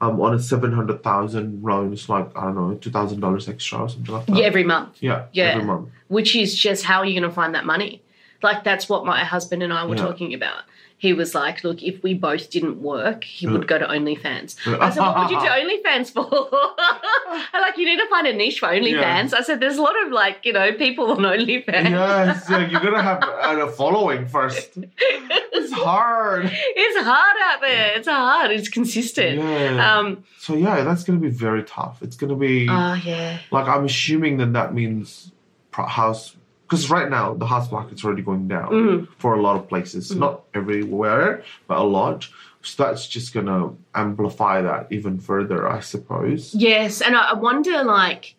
B: um on a seven hundred thousand loan, it's like I don't know two thousand dollars extra or something like that.
A: Yeah, every month.
B: yeah,
A: Yeah.
B: every month.
A: Which is just how are you going to find that money? Like that's what my husband and I were
B: Yeah.
A: talking about. He was like, "Look, if we both didn't work, he would go to OnlyFans." I said, "What would you do OnlyFans for?" I'm like, "You need to find a niche for OnlyFans." I said, "There's a lot of like, you know, people on OnlyFans."
B: Yes, yeah, you're gonna have a, a following first. It's hard.
A: it's hard out there. It's hard. It's consistent.
B: Yeah.
A: Um.
B: so yeah, that's gonna be very tough. It's gonna be
A: Oh yeah.
B: like I'm assuming then that means pro- house because right now the house market's already going down
A: Mm.
B: for a lot of places, not everywhere, but a lot. So that's just gonna amplify that even further, I suppose.
A: Yes, and I I wonder, like,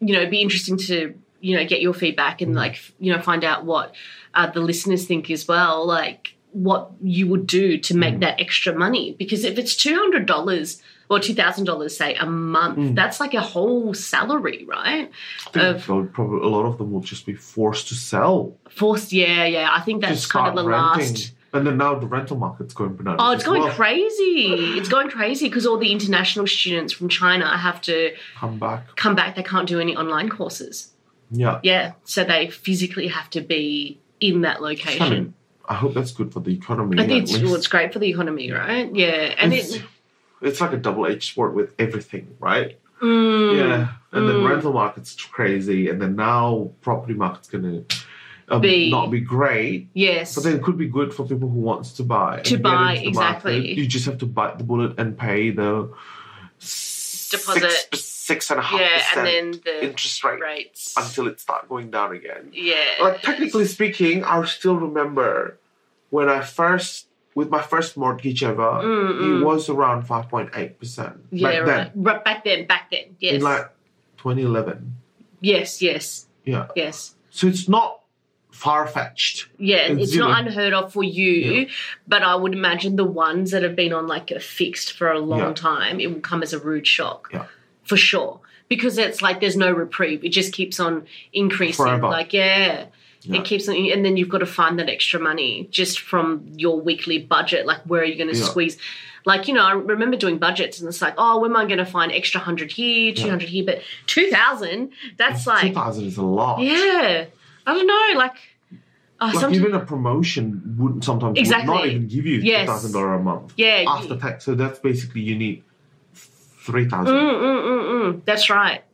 A: you know, it'd be interesting to you know get your feedback
B: Mm.
A: and like f- you know find out what uh, the listeners think as well, like what you would do to make
B: Mm.
A: that extra money because if it's two hundred dollars or two thousand dollars, say a month,
B: Mm.
A: that's like a whole salary, right?
B: I think
A: Of-
B: they'll probably a lot of them will just be forced to sell.
A: Forced, yeah, yeah. I think that's
B: just
A: kind of the
B: start renting.
A: last.
B: And then now the rental market's going bananas.
A: Oh, it's
B: as
A: going
B: well.
A: crazy! It's going crazy because all the international students from China have to
B: Come back.
A: come back. They can't do any online courses.
B: Yeah.
A: Yeah, so they physically have to be in that location.
B: I mean, I hope that's good for the economy.
A: I think
B: at
A: it's, well,
B: least.
A: it's great for the economy, right? Yeah, and
B: it's,
A: it,
B: it's like a double-edged sword with everything, right?
A: mm,
B: Yeah, and then
A: Mm.
B: rental market's crazy, and then now property market's gonna um,
A: Be-
B: not be great,
A: yes,
B: but then it could be good for people who wants to buy. and
A: To
B: get
A: buy,
B: into the
A: exactly.
B: You just have to bite the bullet and pay the
A: Deposit.
B: six, six and a half
A: yeah, and
B: percent
A: then the
B: interest rate
A: rates,
B: until it start going down again.
A: yeah,
B: Like technically speaking, I still remember when I first with my first mortgage ever,
A: Mm, mm.
B: it was around five point eight percent.
A: yeah,
B: back
A: right.
B: then,
A: right, back then, back then, yes,
B: in like twenty eleven.
A: yes, yes,
B: Yeah.
A: yes.
B: So it's not far fetched.
A: Yeah,
B: And
A: it's
B: zero.
A: not unheard of for you, but I would imagine the ones that have been on like a fixed for a long
B: Yeah.
A: time, it will come as a rude shock.
B: Yeah.
A: For sure. Because it's like there's no reprieve. It just keeps on increasing.
B: Forever.
A: Like, yeah.
B: Yeah.
A: It keeps on and then you've got to find that extra money just from your weekly budget. Like where are you gonna
B: Yeah.
A: squeeze like, you know, I remember doing budgets and it's like, oh, where am I gonna find extra hundred here, two hundred here, but two thousand, that's like
B: 2000 is a lot.
A: Yeah. I don't know, like oh,
B: Like
A: sometimes-
B: even a promotion wouldn't sometimes
A: Exactly.
B: would not even give you
A: Yes.
B: $2,000 a month
A: yeah, you-
B: after tax. So that's basically you need 3000
A: Mm, mm, mm, mm. That's right.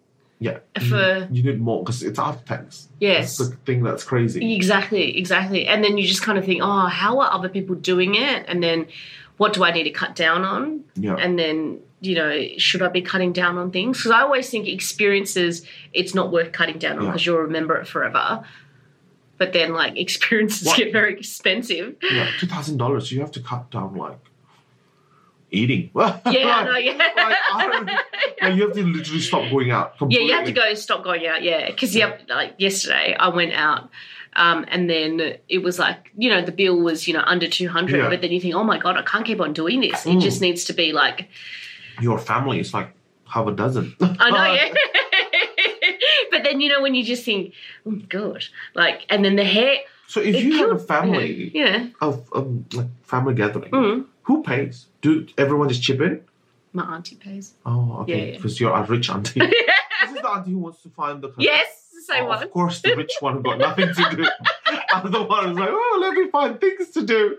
B: Yeah.
A: For
B: You need more because it's after tax.
A: yes,
B: That's the thing that's crazy.
A: exactly, exactly. And then you just kind of think, oh, how are other people doing it? And then, what do I need to cut down on?
B: Yeah.
A: And then, you know, should I be cutting down on things? Because I always think experiences, it's not worth cutting down on
B: Yeah.
A: because you'll remember it forever. But then, like experiences
B: What-
A: get very expensive.
B: yeah. $2,000, you have to cut down like eating. yeah.
A: Yeah, no, yeah.
B: like, I don't, like, you have to literally stop going out.
A: Yeah,
B: Completely.
A: you have to go stop going out. Yeah, because yeah. like yesterday I went out, um, and then it was like you know the bill was you know under two hundred,
B: Yeah.
A: but then you think oh my god I can't keep on doing this. It
B: Mm.
A: just needs to be like
B: Your family is like half a dozen.
A: I know yeah. But then you know when you just think, oh gosh, "Oh like, and then the hair.
B: So if
A: It
B: you have a
A: could-
B: family
A: Yeah.
B: of um, like family gathering,
A: Mm.
B: who pays? Do everyone just chip in?
A: My auntie pays.
B: Oh, okay.
A: Yeah, yeah.
B: Because you're a rich auntie. this is the auntie who wants to find the
A: yes, the same
B: Oh,
A: one.
B: Of course, the rich one who got nothing to do. I'm the one who's like, oh, let me find things to do.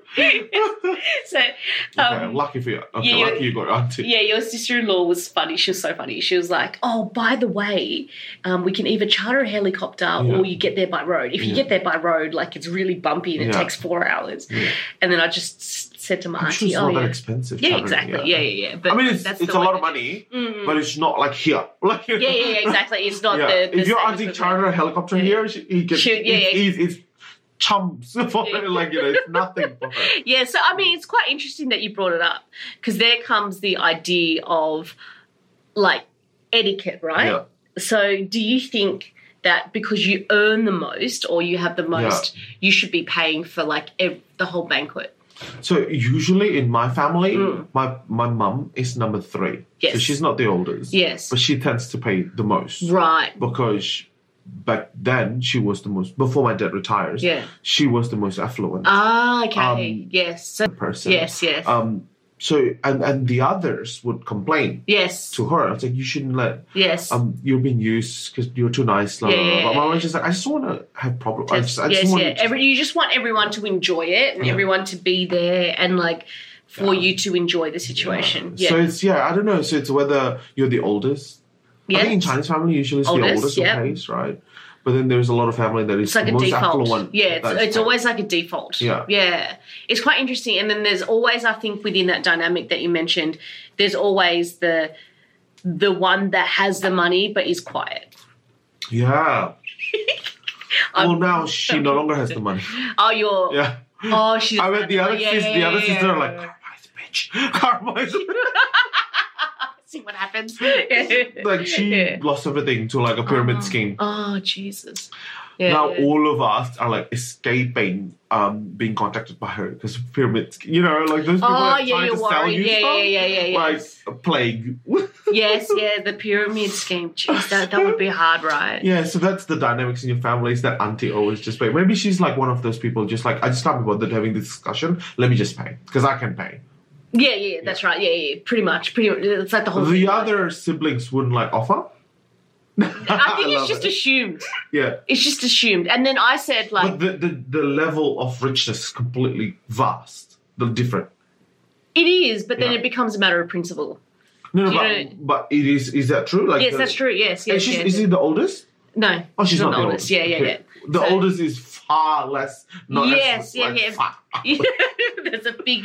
A: So,
B: Okay,
A: um,
B: lucky for you. Okay,
A: yeah,
B: lucky you got auntie.
A: yeah, your sister-in-law was funny. She was so funny. She was like, "Oh, by the way, um, we can either charter a helicopter
B: Yeah.
A: or you get there by road. If you
B: Yeah.
A: get there by road, like it's really bumpy and it
B: Yeah.
A: takes four hours."
B: Yeah.
A: And then I just s- said to my
B: I'm
A: auntie,
B: sure it's not
A: "Oh,
B: that
A: yeah,
B: expensive.
A: yeah,
B: traveling,
A: exactly, yeah, yeah, yeah." But
B: I mean, it's,
A: that's
B: it's
A: the
B: a
A: way
B: lot
A: to
B: of
A: do it.
B: money,
A: Mm.
B: but it's not like here. Like,
A: yeah, yeah, yeah, exactly. It's not
B: Yeah.
A: the, the
B: if your
A: same
B: auntie
A: equivalent.
B: chartered a helicopter
A: Yeah.
B: here, she, he gets,
A: Shoot, yeah, yeah.
B: It's, it's, it's chumps for
A: Yeah.
B: her. Like, you know, it's nothing for her.
A: Yeah, so I mean, it's quite interesting that you brought it up because there comes the idea of like etiquette, right?
B: Yeah.
A: So, do you think that because you earn the most or you have the most, you should be paying for like ev- the whole banquet?
B: So usually in my family,
A: Mm.
B: my my mum is number three. So
A: Yes.
B: she's not the oldest.
A: Yes.
B: But she tends to pay the most.
A: Right.
B: because back then she was the most before my dad retires
A: Yeah.
B: she was the most affluent
A: Ah, okay.
B: Um,
A: yes. So,
B: person
A: yes, yes.
B: um so and and the others would complain
A: yes.
B: to her it's like you shouldn't let
A: yes.
B: um you're being used because you're too nice blah, blah,
A: Yeah,
B: blah.
A: yeah,
B: but my
A: yeah.
B: mom's just like i just want to have problems i just, I just
A: yes,
B: want
A: yeah. Every, you just want everyone to enjoy it and
B: Yeah.
A: everyone to be there and like for
B: Yeah.
A: you to enjoy the situation. Yeah.
B: so it's yeah i don't know so it's whether you're the oldest i think in
A: Yes.
B: chinese family usually it's the
A: Oldest,
B: oldest
A: yeah.
B: in place right but then there's a lot of family that is
A: It's like
B: the
A: a
B: most
A: default.
B: affluent
A: Yeah, it's,
B: that is
A: it's
B: paid.
A: always like a default.
B: Yeah.
A: Yeah. It's quite interesting. And then there's always, I think, within that dynamic that you mentioned, there's always the the one that has the money but is quiet.
B: yeah well
A: I'm-
B: now she no longer has the money
A: Oh, you're.
B: yeah
A: Oh, she's.
B: I mean, the other
A: yeah,
B: sister,
A: yeah,
B: the other
A: yeah,
B: sister,
A: yeah,
B: are like
A: yeah.
B: Carmine's a bitch. Carmine's a-"
A: See what happens.
B: like she
A: Yeah.
B: lost everything to like a pyramid
A: Oh.
B: scheme.
A: Oh, Jesus. Yeah.
B: now all of us are like escaping um being contacted by her because pyramid, sch- you know, like those people
A: Oh,
B: are
A: yeah,
B: trying
A: you're
B: to sell
A: worried.
B: you
A: Yeah,
B: stuff,
A: yeah, yeah, yeah, yeah.
B: like a plague.
A: yes, yeah, the pyramid scheme. Jeez, that, that would be hard, right?
B: yeah, so that's the dynamics in your family. Is that auntie always just pay? Maybe she's like one of those people, just like I just can't be bothered having this discussion. Let me just pay because I can pay.
A: Yeah, yeah, that's right. Yeah, yeah, pretty much. Pretty much. It's like the whole thing,
B: The
A: right?
B: other siblings wouldn't like offer.
A: I think
B: love
A: it's just
B: it.
A: assumed.
B: yeah.
A: It's just assumed. And then I said, like,
B: But the, the, the level of richness is completely vast. The different.
A: it is, but then
B: Yeah.
A: it becomes a matter of principle.
B: No, no,
A: Do you
B: but,
A: know-
B: but it is is that true? Like
A: yes,
B: the-
A: that's true. Yes,
B: And
A: yes,
B: she's,
A: yes.
B: is
A: yes.
B: she the oldest?
A: no.
B: Oh, she's, not, the oldest.
A: oldest. Yeah, yeah,
B: Okay. The
A: So-
B: oldest is far less. Not
A: Yes,
B: as,
A: yeah,
B: like,
A: yeah.
B: far.
A: yeah. There's a big,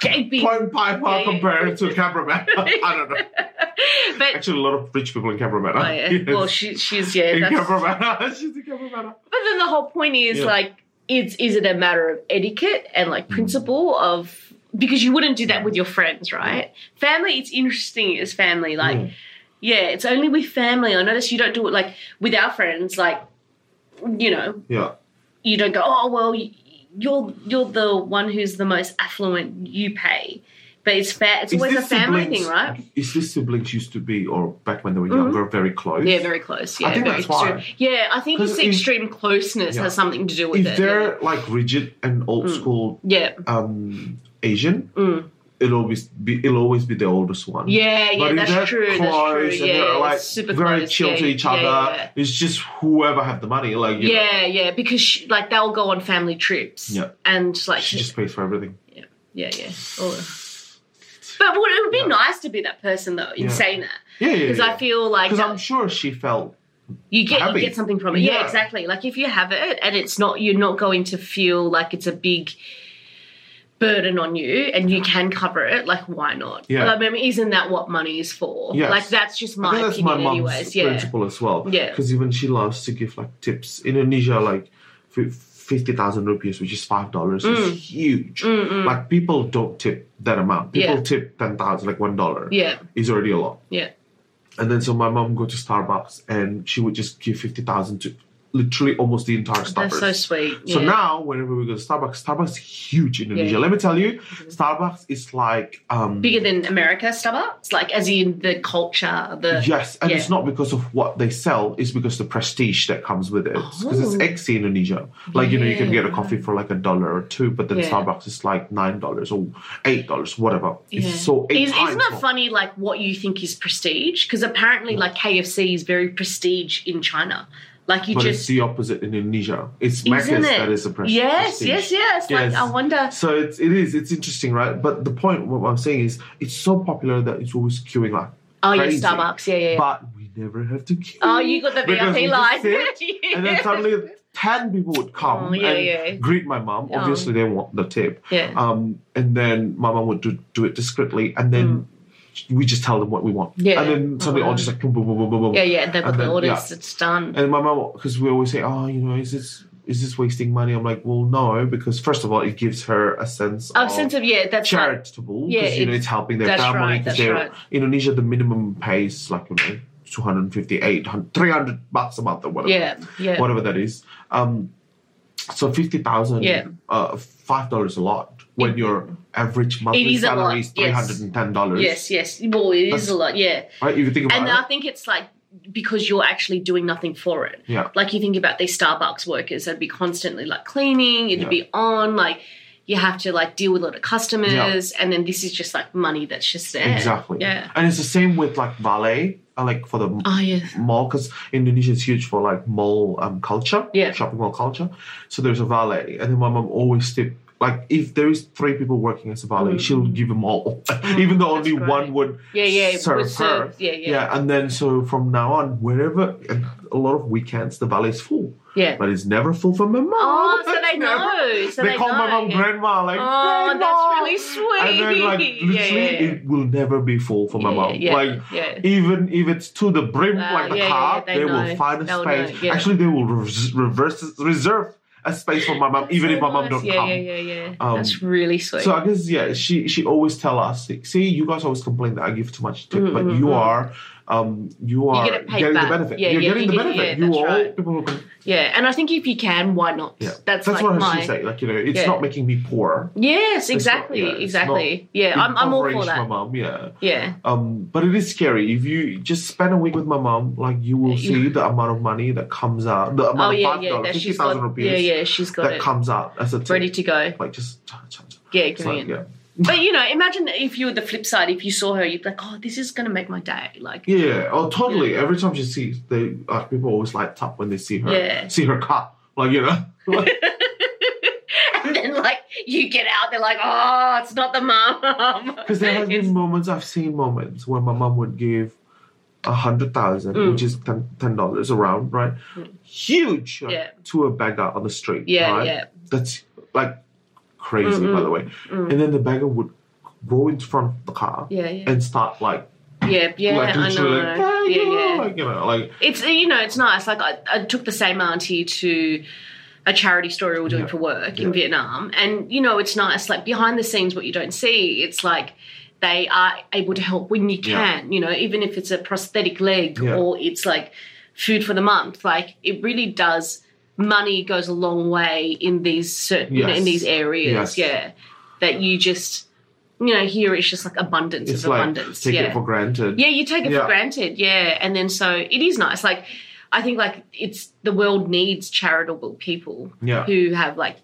A: gaping.
B: Point
A: Yeah,
B: Piper
A: yeah.
B: compared to cameraman. I don't know.
A: But,
B: Actually, a lot of rich people in cameraman.
A: oh, yeah.
B: Yes.
A: well, she, she's, yeah.
B: in
A: That's, but
B: cameraman. she's in cameraman.
A: then the whole point is,
B: Yeah.
A: like, it's, is it a matter of etiquette and, like, principle of, because you wouldn't do that with your friends, right? Family, it's interesting as family. Like,
B: Mm.
A: Yeah, it's only with family. I notice you don't do it like with our friends. Like, you know,
B: yeah,
A: you don't go. Oh well, y- you're you're the one who's the most affluent. You pay, but it's fair. It's
B: Is
A: always a
B: this
A: family
B: siblings-
A: thing, right?
B: is this siblings used to be or back when they were
A: Mhm.
B: younger very close?
A: Yeah, very close. Yeah,
B: think
A: very
B: that's why.
A: extreme. Yeah, I think
B: 'Cause
A: it's
B: if-
A: extreme closeness
B: Yeah.
A: has something to do with
B: If
A: it. yeah.
B: they're like rigid and old school
A: yeah,
B: um Asian,
A: Mm.
B: it'll always be it'll always be the oldest one.
A: yeah, yeah,
B: But if they're
A: that's true. That's true.
B: close and
A: Yeah,
B: they're like
A: super
B: very
A: close.
B: chill
A: yeah,
B: to each
A: yeah,
B: other,
A: Yeah, yeah.
B: it's just whoever have the money. Like you know,
A: Yeah, yeah, because she, like they'll go on family trips.
B: Yeah.
A: and like
B: she just pays for everything.
A: Yeah, yeah. All of- But would, it would be
B: Yeah.
A: nice to be that person though in
B: Yeah.
A: saying that
B: Yeah, yeah.
A: because
B: yeah.
A: I feel like
B: Because I'm sure she felt
A: you get
B: happy.
A: you get something from it. Yeah.
B: Yeah.
A: exactly. Like if you have it and it's not you're not going to feel like it's a big burden on you and you can cover it like why not
B: Yeah.
A: Like, I mean, isn't that what money is for
B: Yes.
A: like that's just
B: I
A: my
B: think that's
A: opinion
B: my mom's
A: anyways yeah
B: principle as well.
A: Yeah.
B: Because even she loves to give like tips. Indonesia, like fi- 50,000 rupees, which is $5,
A: Mm.
B: is huge.
A: Mm, mm.
B: Like people don't tip that amount. People
A: Yeah.
B: tip 10,000, like $1
A: yeah
B: is already a lot.
A: yeah
B: And then so my mom go to Starbucks and she would just give fifty thousand to literally almost the entire
A: That's
B: Starbucks.
A: so sweet.
B: So
A: yeah.
B: now, whenever we go to Starbucks, Starbucks is huge in Indonesia.
A: Yeah. Mm-hmm.
B: Let me tell you, Starbucks is like um,
A: bigger than America Starbucks, like as in the culture, the
B: yes, and
A: yeah.
B: it's not because of what they sell; it's because the prestige that comes with it. Because it's
A: Oh.
B: ex Indonesia, like you know, you can get a
A: Yeah.
B: coffee for like a dollar or two, but then
A: Yeah.
B: Starbucks is like nine dollars or eight dollars, whatever.
A: Yeah.
B: It's so eight
A: Is,
B: times
A: isn't that
B: more.
A: funny? Like what you think is prestige? Because apparently, like KFC is very prestige in China. Like you
B: But it's
A: just
B: the opposite in Indonesia. It's
A: isn't
B: Macca's
A: it?
B: that is a pres-
A: yes,
B: prestige.
A: yes, yes,
B: Yes.
A: Like I wonder.
B: So it's, it is. It's interesting, right? But the point, what I'm saying is, it's so popular that it's always queuing like.
A: Oh yeah,
B: crazy.
A: Starbucks. Yeah, yeah. yeah.
B: But we never have to queue.
A: oh, you got the
B: Because we
A: VIP
B: just
A: line.
B: sit, and then suddenly ten people would
A: Oh,
B: come
A: yeah,
B: and
A: yeah.
B: greet my mom.
A: Oh.
B: Obviously, they want the tip.
A: Yeah.
B: Um, and then my mom would do, do it discreetly, and then we just tell them what we want.
A: Mm. Yeah.
B: And then suddenly
A: Oh,
B: all
A: wow.
B: just like boom, boom, boom, boom, boom, boom.
A: yeah, yeah. They've got
B: And
A: the
B: then-
A: orders.
B: yeah.
A: It's done.
B: And my mom, because we always say, oh, you know, is this is this wasting money? I'm like, well, no, because first of all, it gives her a sense
A: Oh,
B: of
A: sense of yeah. That's right.
B: charitable
A: Yeah,
B: because you know
A: it's-
B: it's helping their
A: that's
B: family
A: right,
B: because
A: that's
B: they're
A: right.
B: Indonesia the minimum pays like you know 258 hun- 300 bucks a month or whatever
A: Yeah, yeah.
B: whatever that is um so 50,000
A: Yeah.
B: uh 5 dollars a lot when your average monthly
A: is a lot,
B: salary is
A: yes.
B: 310 dollars
A: Yes, yes. Well, it is a lot. Yeah.
B: right if you think about
A: And I
B: it
A: think it's like because you're actually doing nothing for it.
B: yeah
A: Like you think about these Starbucks workers, they'd be constantly like cleaning, it'd
B: Yeah.
A: be on, like you have to like deal with a lot of customers, and then this is just like money that's just there.
B: exactly
A: Yeah.
B: and it's the same with like valet uh, like for the
A: Oh yeah.
B: mall because Indonesia is huge for like mall um, culture,
A: Yeah.
B: shopping mall culture. So there's a valet, and then my mom always tip. Like if there is three people working as a valet, she'll give them all, even though only
A: Mm. great.
B: one would
A: Yeah, yeah, would
B: serve her.
A: serve- yeah, yeah.
B: and then so from now on, wherever and a lot of weekends the valet is full,
A: Yeah.
B: but it's never full for my mom.
A: Oh, so they
B: Never.
A: know. So they,
B: they, call
A: know.
B: my mom
A: yeah.
B: grandma. Like,
A: Oh,
B: "Grandma!"
A: that's really
B: And
A: sweet.
B: then like literally,
A: Yeah, yeah, yeah.
B: it will never be full for my
A: Yeah,
B: mom.
A: yeah,
B: like
A: yeah.
B: even if it's to the brim,
A: Wow,
B: like the
A: yeah, yeah,
B: car,
A: yeah,
B: they,
A: they
B: will
A: know.
B: find a
A: They'll
B: space.
A: know, yeah.
B: Actually, they will reverse, reverse reserve a space for my mom, even if my
A: Nice.
B: mom don't
A: yeah,
B: come.
A: Yeah, yeah, yeah.
B: Um,
A: that's really sweet.
B: So I guess yeah, she she always tell us, like, see, you guys always complain that I give too much tip, but you are, um, you
A: Mm-hmm,
B: are
A: get it paid
B: getting
A: back.
B: the benefit.
A: Yeah,
B: You're
A: yeah,
B: getting
A: you
B: the
A: get-
B: benefit.
A: yeah,
B: you
A: that's
B: are
A: right.
B: people. Who can,
A: yeah, and I think if you can, why not?
B: yeah,
A: That's,
B: that's
A: like
B: what
A: my.
B: she say. Like you know, it's
A: Yeah.
B: not making me poor.
A: Yes,
B: It's not-
A: exactly,
B: yeah, it's
A: exactly.
B: not
A: Yeah, I'm, I'm all for
B: impoverish my
A: that.
B: mom. Yeah.
A: Yeah.
B: Um, but it is scary. If you just spend a week with my mom, like you will
A: Yeah.
B: see the amount of money that comes out, the
A: Oh
B: amount of
A: yeah,
B: five
A: yeah.
B: dollars,
A: That
B: fifty
A: she's
B: thousand
A: got.
B: rupees
A: Yeah, yeah. She's got
B: that
A: it
B: comes out as a tip.
A: ready to go.
B: like just cha- cha- cha.
A: Yeah,
B: It's
A: give
B: like,
A: me it.
B: yeah,
A: But you know, imagine if you were the flip side. If you saw her, you'd be like, "Oh, this is gonna make my day." Like,
B: yeah. Oh, totally. Every time she sees, they like people always light up when they see her.
A: Yeah.
B: see her car, like you know. Like,
A: and then like you get out, they're like, "Oh, it's not the mom."
B: Because there has
A: It's-
B: been moments I've seen moments where my mom would give a hundred thousand,
A: Mm.
B: which is ten ten dollars around, right? Huge like,
A: Yeah.
B: to a beggar on the street.
A: Yeah,
B: right?
A: yeah.
B: That's like crazy, by the way. And then the beggar would go in front of the car
A: Yeah, Mm. yeah.
B: and start like,
A: yeah, yeah.
B: like
A: I
B: literally, like,
A: know.
B: "Beggar,"
A: Yeah, yeah.
B: like you know, like
A: It's you know, it's nice. Like I, I took the same auntie to a charity store we were doing
B: Yeah.
A: for work
B: Yeah.
A: in Vietnam, and you know, it's nice. Like behind the scenes, what you don't see, it's like they are able to help when you
B: Yeah.
A: can. You know, even if it's a prosthetic leg
B: Yeah.
A: or it's like food for the month, like it really does. Money goes a long way in these certain you know,
B: Yes.
A: in these
B: Yes.
A: areas, yeah. That you just you know here it's just like abundance
B: it's
A: of
B: like
A: abundance,
B: take
A: yeah.
B: it for granted.
A: Yeah, you take it
B: Yeah.
A: for granted. Yeah, and then so it is nice. Like I think like it's the world needs charitable people
B: Yeah.
A: who have like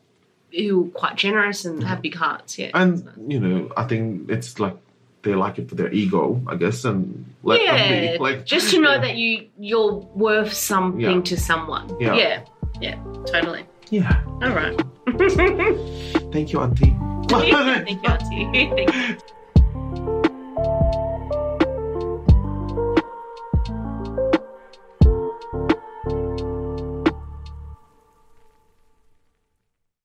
A: who are quite generous and have big hearts. Yeah,
B: and you know, I think it's like they like it for their ego, I guess, and let them
A: yeah,
B: be. Like
A: just to know
B: yeah.
A: that you you're worth something
B: Yeah.
A: to someone.
B: Yeah.
A: yeah, yeah, totally.
B: Yeah.
A: All right.
B: Thank you, Auntie.
A: Thank you, Auntie. Thank you.